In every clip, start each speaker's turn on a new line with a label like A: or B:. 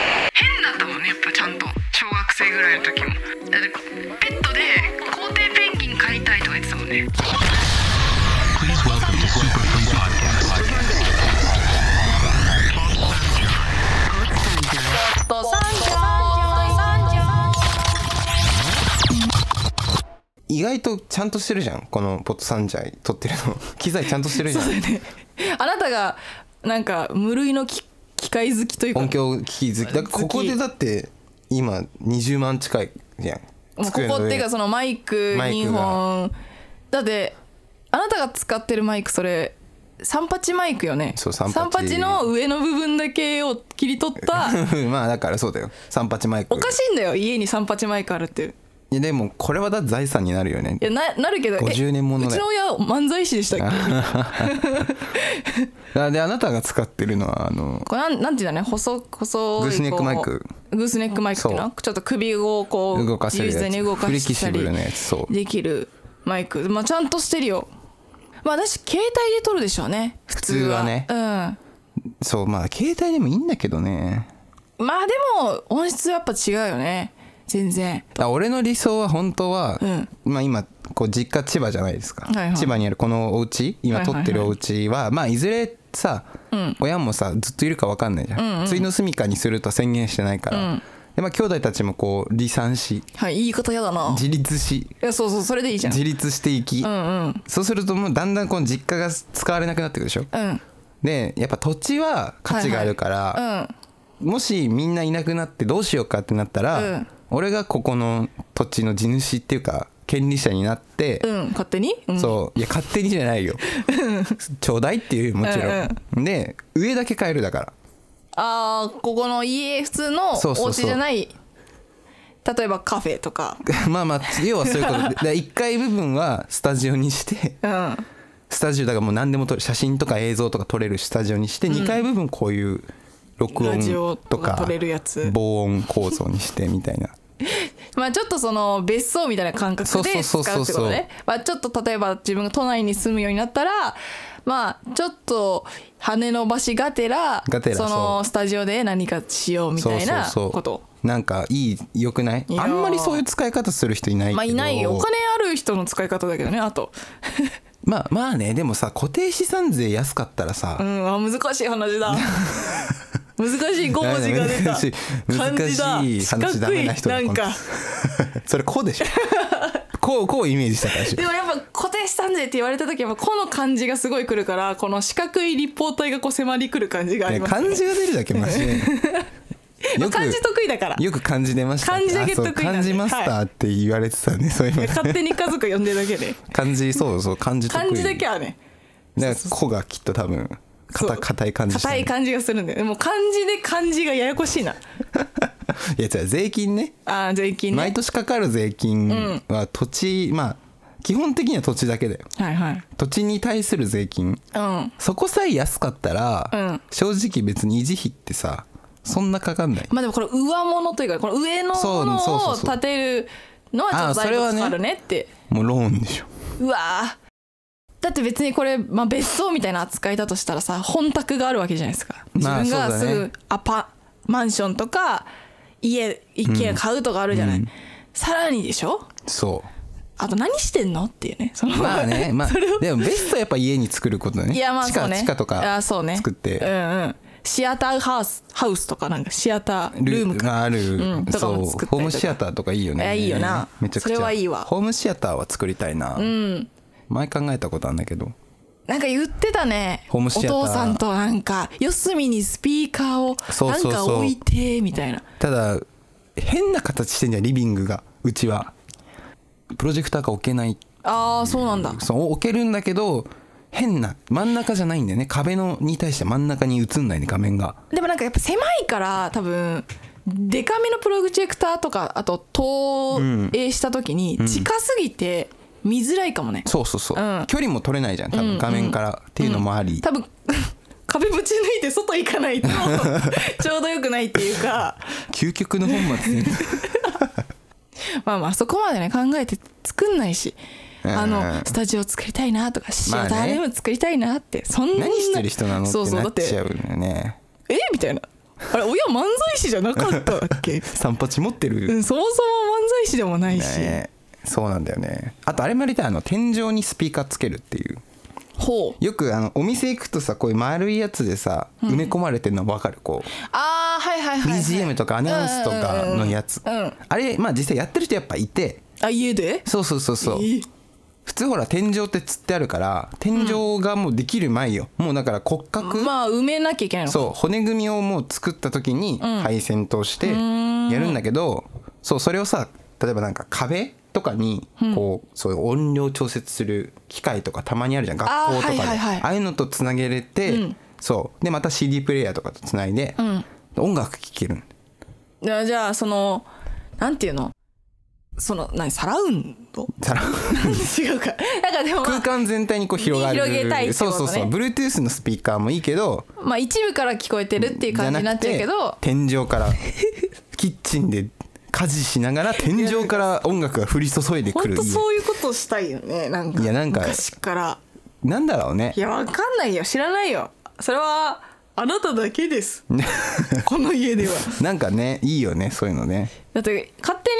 A: だったもんねやっぱちゃんと小学生ぐらいの時もだってペットで皇帝ペンギン飼いたいとか言ってたもんね
B: Please welcome to Super Food Podcast.
C: 意外とちゃんとしてるじゃんこのポット三ジャイ撮ってるの 機材ちゃんとしてるじ
D: そ
C: ゃ
D: うんだよねあなたがなんか無類のき機械好きというか
C: 音響機器好きだからここでだって今20万近いじゃん
D: もうここっていうかそのマイク
C: マイ
D: 2
C: クが
D: 本だってあなたが使ってるマイクそれ三八マイクよね
C: そう三八
D: の上の部分だけを切り取った
C: まあだからそうだよ三八マイク
D: おかしいんだよ家に三八マイクあるって
C: いやでもこれはだって財産になるよね
D: いやななるけどえ
C: 50年もの
D: う
C: だ
D: ち
C: よ
D: の親漫才師でしたっけ
C: あであなたが使ってるのはあの
D: これなんなんていうんだろうね細細い
C: グースネックマイク
D: こうグースネックマイクっていうの
C: そ
D: ちょっと首をこう
C: 動かせるやつ
D: 自由自在に動かしたり
C: フレキシブルなやつそう
D: できるマイクまあちゃんとしてるよまあ私携帯で撮るでしょうね普通は
C: 普通
D: ね
C: そうまあ携帯でもいいんだけどね
D: うんまあでも音質はやっぱ違うよね全然
C: あ俺の理想は本当は、
D: うん
C: まあ今こう実家千葉じゃないですか、
D: はいはい
C: 千葉にあるこのお家今
D: はいはい
C: 撮
D: はい
C: ってるお家は、まあいずれさ、親もさずっといるか分かんないじゃん、次の住みかにすると宣言してないから、でまあ兄弟たちもこう離散し
D: はい言い方やだな
C: 自立し
D: いやそうそうそれでいいじゃん
C: 自立していき、
D: うんうん
C: そうするともうだんだんこの実家が使われなくなってくるでしょ
D: うん
C: でやっぱ土地は価値があるから、
D: うん
C: もしみんないなくなってどうしようかってなったら、
D: うん
C: 俺がここの土地の地主っていうか権利者になって、
D: うん勝手に、うん、
C: そういや勝手にじゃないよちょうだいっていうもちろん、
D: うん
C: で上だけ買えるだから
D: あーここの家普通の
C: そう
D: お
C: そうそう
D: 家じゃない例えばカフェとか
C: まあまあ要はそういうこと でだから1階部分はスタジオにして
D: うん
C: スタジオだからもう何でも撮る写真とか映像とか撮れるスタジオにして、2階部分こういう録
D: ラジ
C: 音
D: オ
C: と
D: とか
C: か
D: 撮れるやつ
C: 防音構造にしてみたいな
D: まあちょっとその別荘みたいな感覚で使
C: そう
D: っ
C: う
D: て
C: そうそうそう
D: ことねまあちょっと例えば自分が都内に住むようになったらまあちょっと羽伸ばしがてら
C: がてら
D: そ
C: そう
D: のスタジオで何かしようみたいな
C: そうそうそう
D: こと
C: なんかいい良くない
D: いやー
C: あんまりそういう使い方する人いないけど
D: まあいないよお金ある人の使い方だけどねあと
C: まあまあねでもさ固定資産税安かったらさ、
D: うんあ難しい話 だ難しい5文字が出た
C: 難しい
D: 漢字だ
C: 難しい
D: 四
C: 話ダ
D: 角
C: メ
D: い
C: な人だ
D: なんか
C: それこうでしょ こうこうイメージしたからでしょ
D: でもやっぱ固定資産税って言われた時はこの漢字がすごいくるからこの四角い立方体がこう迫りくる感じがあ
C: い
D: り
C: や
D: ます
C: 漢字が出るだけマシね
D: まあ
C: よく
D: 漢字得意だから
C: よく漢字出ました
D: 漢字だけ
C: あそう
D: 得意なんで
C: 漢字マスターって言われてたね、そ ういうの
D: 勝手に家族呼んでるだ けで
C: 漢字そうそう漢字得意
D: 漢字だけはね
C: だから子がきっと多分
D: そう
C: 硬硬い漢字して
D: 硬
C: る
D: い感じがするんだよでも漢字で漢字がややこしいない
C: やじゃあ税金ね
D: あー税金
C: 毎
D: ね
C: 年かかる税金は土地、まあ基本的には土地だけだよ
D: はいはい
C: 土地に対する税金
D: うん
C: そこさえ安かったら、
D: うん
C: 正直別に維持費ってさそんなかかんない
D: まあでもこれ上物というかこの上の
C: そ
D: も
C: うそう
D: の
C: そ
D: を
C: うそう
D: 建てるのはちょっと
C: あーそ
D: 財
C: れは
D: 布
C: ね
D: かかるねって
C: もうローンでしょ
D: うわーだって別にこれ、まあ、別荘みたいな扱いだとしたらさ本宅があるわけじゃないですか自
C: まあ
D: 分がす
C: そうだ
D: ぐ
C: ね
D: アパ、マンションとか家一軒家買うとかあるじゃない、さらにでしょ
C: そ
D: あと何してんのっていうねその
C: うまあねまあ
D: それを
C: でもベストはやっぱ家に作ることだね
D: いやまあ
C: 地
D: そう
C: 下
D: ね
C: 地下と
D: あ
C: か
D: ーそうね
C: 作って、
D: うんうんシアターハウスハウスとかなんかシアタールームか
C: がある、
D: うんとか
C: そう
D: も
C: ホ
D: 作ったりとか
C: ームシアターとかいいよ
D: いや
C: ね
D: いいよな
C: めちゃくち
D: そ
C: ゃ
D: れはいいわ
C: ホームシアターは作りたいな、前考えたことあるんだけど
D: なんか言ってたね
C: ホームシアター
D: お父さんとなんか四隅にスピーカーを
C: そう
D: な
C: そ
D: ん
C: うそう
D: か置いてみたいな
C: ただ変な形してんじゃんリビングがうちはプロジェクターが置けない
D: ああそうなんだ
C: そう置けるんだけど変な真ん中じゃないんだよね壁のに対して真ん中に映んないね画面が
D: でもなんかやっぱ狭いから多分デカめのプロジェクターとかあと投影した時に近すぎて見づらいかもね、
C: そうそうそう、
D: うん
C: 距離も取れないじゃん多分画面から、っていうのもあり、
D: 多分 壁ぶち抜いて外行かない とちょうどよくないっていうか
C: 究極の本 末転
D: まあまあそこまでね考えて作んないし
C: うん
D: あのスタジオ作りたいなとかシアタールーム作りたいなってそんな
C: 何してる人なのって
D: そうそう
C: な
D: だっ
C: っちゃ
D: て
C: うのよね
D: えみたいなあれ親漫才師じゃなかったっ け
C: 散髪持って
D: う
C: る、
D: んそもそも漫才師でもないし、
C: ね、そうなんだよねあとあれもやりたいあの天井にスピーカーつけるっていう
D: ほう
C: よくあのお店行くとさこういう丸いやつでさ、埋め込まれてるの分かるこう
D: ああはいはいはい、はい、
C: BGM とかアナウンスとかのやつ、
D: うんうんうんうん
C: あれまあ実際やってる人やっぱいて
D: あ家で
C: そうそうそうそう、
D: え
C: 普通ほら天井ってつってあるから天井がもうできる前よ、もうだから骨格、
D: まあ埋めなきゃいけないのか
C: そう骨組みをもう作った時に配線通してやるんだけど、そうそれをさ例えばなんか壁とかにこう、そういう音量調節する機械とかたまにあるじゃん学校とかで
D: あーは
C: あ,、
D: いはいはい
C: あいうのとつなげれて、そうでまた CD プレイヤーとかとつないで、音楽聴ける
D: いやじゃあそのなんていうのその何サラウンド
C: さ ら
D: 違うかなんかでも、ま
C: 空
D: あ、
C: 間全体にこう広がる
D: 広げたいってことね
C: そうそうそう Bluetooth のスピーカーもいいけど
D: まあ一部から聞こえてるっていう
C: じゃ
D: 感じ
C: な
D: になっ
C: く
D: ちゃう
C: て
D: けど
C: 天井 からキッチンで家事しながら天井から音楽が降り注いでく
D: 本
C: る
D: 当そういうことしたいよねなんか
C: いやなんか
D: 昔から
C: 家なんだろうね
D: いやわかんないよ知らないよそれはあなただけです この家では
C: なんかねいいよねそういうのね
D: だって勝手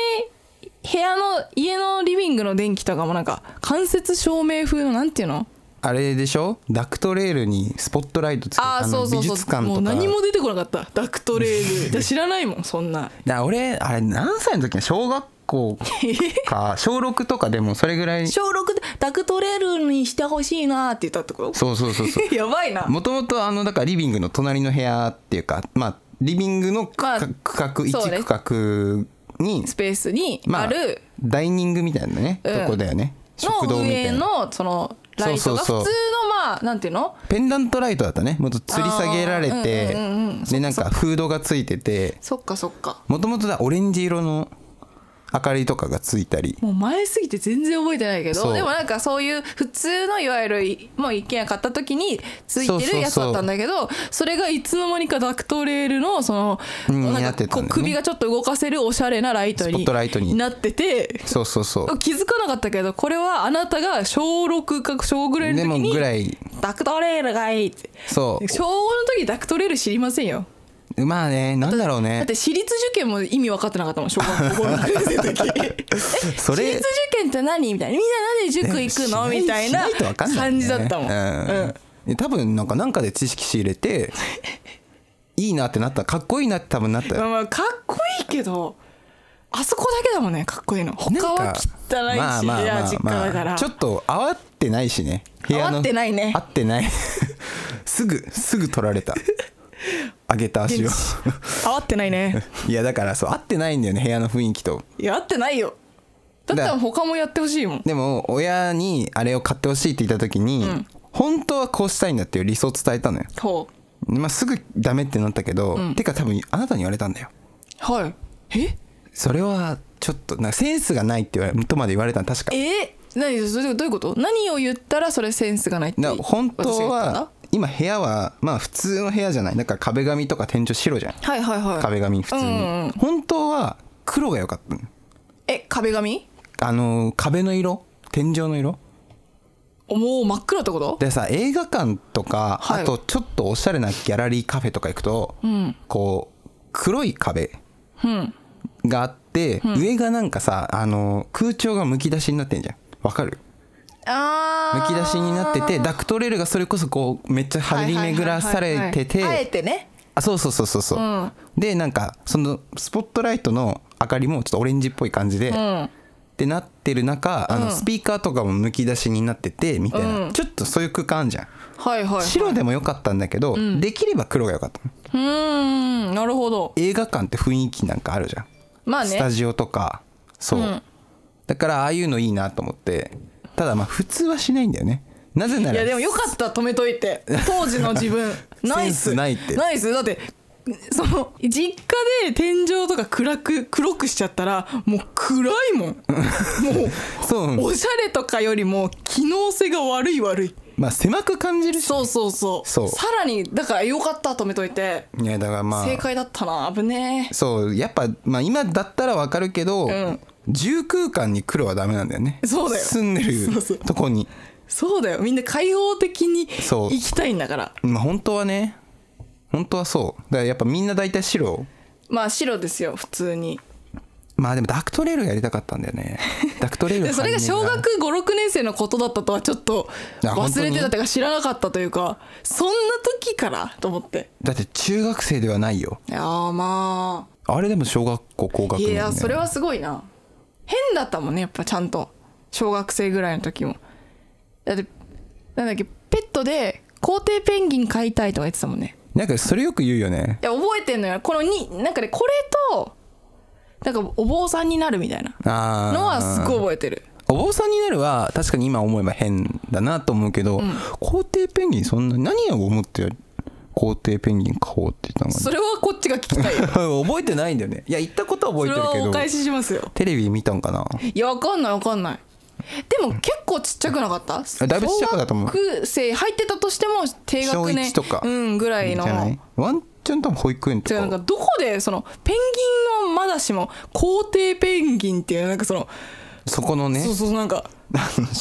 D: に部屋の家のリビングの電気とかもなんか間接照明風のなんていうの
C: あれでしょダクトレールにスポットライトつけ
D: ああ
C: の
D: そうそう
C: 美
D: そう
C: 術館とか
D: もう何も出てこなかったダクトレ ールだ知らないもんそんな
C: だから俺あれ何歳の時に小学校 か小6とかでもそれぐらいそ
D: 小6でダクトレールにしてほしいなって言ったってこと
C: うそうそうそ う
D: やばいな
C: もともとあのだからリビングの隣の部屋っていうかまあリビングの区
D: まあ
C: 画、区
D: そうね
C: 画1区画に
D: スペースにある
C: ダイニングみたいなね、
D: うん
C: とこだよね食堂
D: の
C: みた
D: 上
C: いな
D: のそのライトが普通
C: そ
D: の
C: うそうそう
D: まあなんていうの
C: ペンダントライトだったねもっと吊り下げられ
D: あ
C: て、
D: ーうんうんうん
C: でなんかフードがついてて
D: そっかそっか
C: もともとだオレンジ色の明かりとかがついたり
D: もう前すぎて全然覚えてないけ
C: そ
D: ど
C: う
D: でもなんかそういう普通のいわゆるいもう一軒家買った時についてるやつだったんだけどそれがいつの間にかダクトレールのその、
C: うん
D: なん
C: や
D: か
C: ってた
D: こ
C: んだよね
D: う首がちょっと動かせるおしゃれなライト
C: スポ
D: に
C: ットライトに
D: なってて
C: そうそうそう
D: 気づかなかったけどこれはあなたが小6か小ぐらいの
C: で
D: 時
C: も
D: に
C: ぐらい
D: ダクトレールがいいって
C: そ
D: 小5の時ダクトレール知りませんよ
C: うまあねなんだろう
D: だっ
C: ね
D: て私立受験も意味分かってなかったもん小学校5年生の 時え
C: それ
D: 私立受験って何みたいなみんななんで塾行くのみたいな
C: しとわかんな
D: 感
C: いよね
D: じだったもん、
C: うんで多分なんかなんかで知識仕入 れていいなってなったかっこいいなって多分なった
D: まあ
C: よ
D: まあかっこいいけどあそこだけだもんねかっこいいの他
C: なん
D: は
C: か
D: 汚いしいや実家だから
C: ちょっと合ってないしね
D: 合ってないね
C: 合ってない すぐすぐ取られた上げた足を
D: 合ってないね
C: いやだからそう合ってないんだよね部屋の雰囲気と
D: いや合ってないよだったら他もやってほしいもん
C: でも親にあれを買ってほしいって言った時に、本当はこうしたいんだっていう理想を伝えたのよ、
D: ほ
C: まあ、すぐダメってなったけど、てか多分あなたに言われたんだよ
D: うはいえ
C: それはちょっとなんかセンスがないって言われとまで言われたの確か
D: え何それどういうこと何を言ったらそれセンスがないって
C: だから本当
D: 私が言ったんだ
C: は今部屋はまあ普通の部屋じゃないだから壁紙とか天井白じゃん
D: はいはいはい
C: 壁紙普通に、
D: うんうん
C: 本当は黒が良かったの
D: え壁紙
C: あのー壁の色天井の色
D: もう真っ暗ってこと
C: でさ映画館とか、
D: はい
C: あとちょっとおしゃれなギャラリーカフェとか行くと、こう黒い壁があって、上がなんかさあのー空調がむき出しになってんじゃんわかる
D: あ
C: む
D: ー
C: き出しになっててダクトレールがそれこそこうめっちゃ張り巡らされてて、
D: はいはいはいはいあえてね
C: あそうそうそうそうそう、
D: ん
C: でなんかそのスポットライトの明かりもちょっとオレンジっぽい感じで、ってなってる中あのスピーカーとかもむき出しになっててみたいな、ちょっとそういう空間あんじゃん、
D: はいはいはい
C: 白でもよかったんだけど、できれば黒がよかった
D: うーんなるほど
C: 映画館って雰囲気なんかあるじゃん、
D: まあ
C: スタ
D: ね
C: ジオとかそう、
D: ん
C: だからああいうのいいなと思ってただまあ普通はしないんだよねなぜないら
D: やでもよかった止めとい て当時の自分ナイ
C: セン
D: ス
C: スないって
D: ナイスだってその実家で天井とか暗く黒くしちゃったらもう暗い もんも
C: そう
D: うおしゃれとかよりも機能性が悪い悪い
C: まあ狭く感じるし
D: そうそうそう
C: そう
D: さらにだからよかった止めといて
C: いやだからまあ
D: 正解だったな危ねえ
C: そうやっぱ、まあ、今だったらわかるけど、
D: ん
C: 住空間に黒はダメなんだよね
D: そうだよ
C: 住んで
D: そうそう
C: るとこに
D: そうだよみんな開放的に
C: そう
D: 行きたいんだから
C: まあ本当はね本当はそうだからやっぱみんな大体白を
D: まあ白ですよ普通に
C: まあでもダクトレールやりたかったんだよ ねダクトレール
D: でそれが小学56年生のことだったとはちょっと
C: あ本当
D: 忘れ
C: に
D: てたというか知らなかったというかそんな時からと思って
C: だって中学生ではないよ
D: いやーま
C: あれでも小学校高
D: あ
C: 学
D: い
C: 年、ね、
D: やそれはすごいな変だったもんねやっぱちゃんと小学生ぐらいの時もだってなんだっけペットで皇帝ペンギン飼いたいとか言ってたもんね
C: なんかそれよく言うよね
D: いや覚えてんのよこのになんかねこれとなんかお坊さんになるみたいな
C: ああ
D: のはすっごい覚えてる
C: お坊さんになるは確かに今思えば変だなと思うけど、皇帝ペンギンそんな何を思って皇帝ペンギン買おうって言ったの
D: それはこっちが聞きたいよ
C: 覚えてないんだよねいや言ったことは
D: そ
C: 覚え
D: れ
C: てる
D: は
C: け
D: お
C: ど
D: 返ししますよ
C: テレビ見たんかない
D: やわかんないわかんないでも結構ちっちゃくなかった
C: だいぶちっちゃかったと思う
D: 小学生入ってたとしても低学
C: 小
D: 年
C: 一とか
D: うんぐらい
C: じ
D: の
C: ゃないワンちゃん多分保育園
D: て
C: と
D: かなんか
C: か
D: どこでそのペンギンはまだしも皇帝ペンギンっていうなんかその
C: そこのね
D: そうそうなんか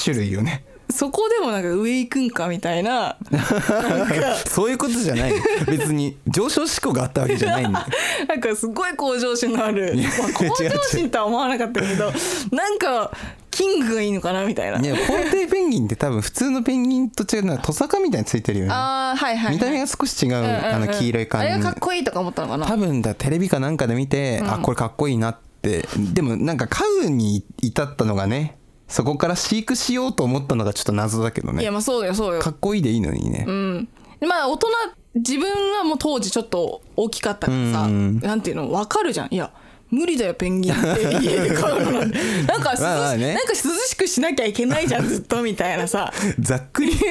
C: 種類よね
D: そこでもなんか上行くんかみたい ななんか
C: そういうことじゃない別に上昇志向があったわけじゃないんだよ
D: なんかすごい向上心のある、まあ、向上心とは思わなかったけ どなんかキングがいいのかなみたいない
C: や皇帝ペンギンって多分普通のペンギンと違うのはトサカみたいについてるよね
D: あーはいはい、はい、
C: 見た目が少し違う、
D: うんうんうん
C: あの黄色い感じ
D: あれがかっこいいとか思ったのかな
C: 多分だテレビかなんかで見て、あこれかっこいいなってでもなんか飼うに至ったのがねそこから飼育しようと思ったのがちょっと謎だけど
D: いや
C: ね
D: まあそうよそうよ
C: かっこいいでいいのにね、
D: まあ大人自分はもう当時ちょっと大きかったからさ、なんていうの分かるじゃんいや無理だよペンギンって 家で飼うのなんてなんか涼し,、
C: まあまあね
D: なんか涼しくしなきゃいけないじゃんずっとみたいなさ
C: ざっくり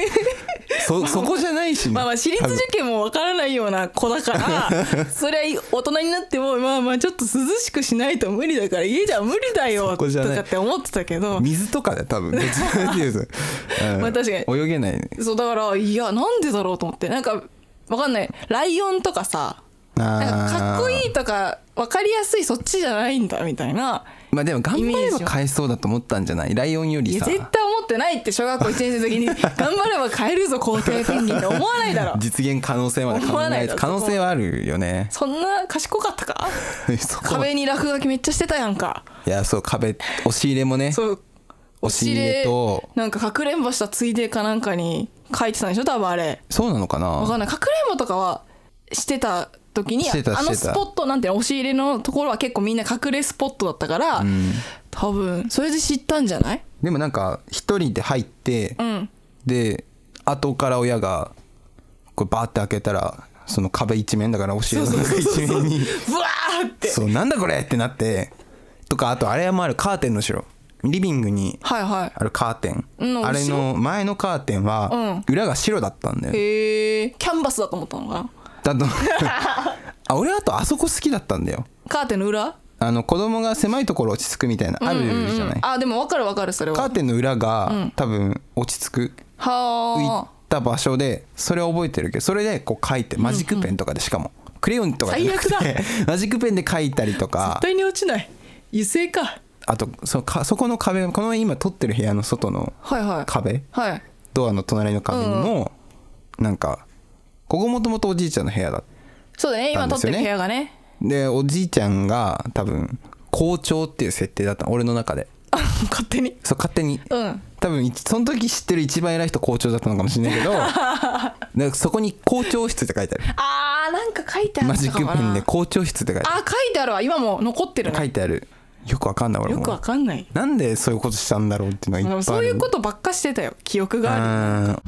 C: そそこじゃないしね
D: まあまあ私立
C: 多分
D: 受験も分からないような子だから そりゃ大人になってもまあまあちょっと涼しくしないと無理だから家じゃ無理だよ
C: そ
D: と
C: こじゃない
D: かって思ってたけど
C: 水とか で多分どっちかっていうとうん
D: まあ確か
C: 泳げないね
D: そうだからいやなんでだろうと思ってなんかわかんないライオンとかさ
C: あー
D: なんかかっこいいとか分かりやすいそっちじゃないんだみたいな
C: まあでも頑張
D: イメ
C: れ
D: ー
C: ば
D: ジを
C: 飼えそうだと思ったんじゃないライオンよ
D: い
C: り
D: や
C: さ
D: 絶対思ってないって小学校1年生の時 に頑張れば買えるぞ皇帝ペンギンって思わないだろ
C: 実現可能性まで
D: 思
C: 考
D: わな
C: え
D: いだ
C: て
D: ろ
C: 可能性はあるよね
D: そんな賢かったか
C: そこ
D: 壁に落書きめっちゃしてたやんか
C: いやそう壁押し入れもね
D: そう
C: 押し入れと
D: なんかかくれんぼしたついでかなんかに書いてたんでしょ多分あれ
C: そうなのかな
D: わかんないかくれんぼとかはしてた時に
C: してた
D: あの
C: して
D: ス
C: た
D: ポットなんていうの押し入れのところは結構みんな隠れスポットだったから、多分それで知ったんじゃない
C: でもなんか一人で入って、
D: ん
C: で後から親がこれバーって開けたらその壁一面だから押し入れの中一面 に
D: ブワーって
C: そうなんだこれってなってとかあとあれもあるカーテンの後ろリビングに
D: はいは
C: あるカーテン、
D: うん
C: あれの前のカーテンは裏が白だったんだよ、
D: いへえキャンバスだと思ったのかな
C: だとあ俺あとあそこ好きだったんだよ
D: カーテンの裏
C: あの子供が狭いところ落ち着くみたいなあるじゃない、
D: あでも分かる分かるそれは
C: カーテンの裏が、多分落ち着く浮い
D: はあ
C: た場所でそれを覚えてるけどそれでこう書いてマジックペンとかでしかもクレヨンとかじゃなく
D: 最 悪
C: てマジックペンで書いたりと
D: 絶
C: か
D: 対に落ちない油性か
C: あとそのかそこの壁この今撮ってる部屋の外の
D: はいはい
C: 壁
D: はい
C: ドアの隣の壁にもなんかここもともとおじいちゃんの部屋だ
D: そうだね今撮ってる部屋がね
C: でおじいちゃんが多分校長っていう設定だったの俺の中で
D: あ 勝手に
C: そう勝手に
D: うん
C: 多分いその時知ってる一番偉い人校長だったのかもしれないけ どなんかそこに校長室って書いてある
D: あーなんか書いてある
C: マジックペンで校長室って書いてあ
D: あ書いてあるわ今も残ってる
C: る
D: ね
C: 書いてあるよくわかんない俺
D: よくわ
C: も
D: かんない
C: なんでそういうことしたんだろうっていうのがいっぱいある
D: そういうことばっかしてたよ記憶がある
C: うん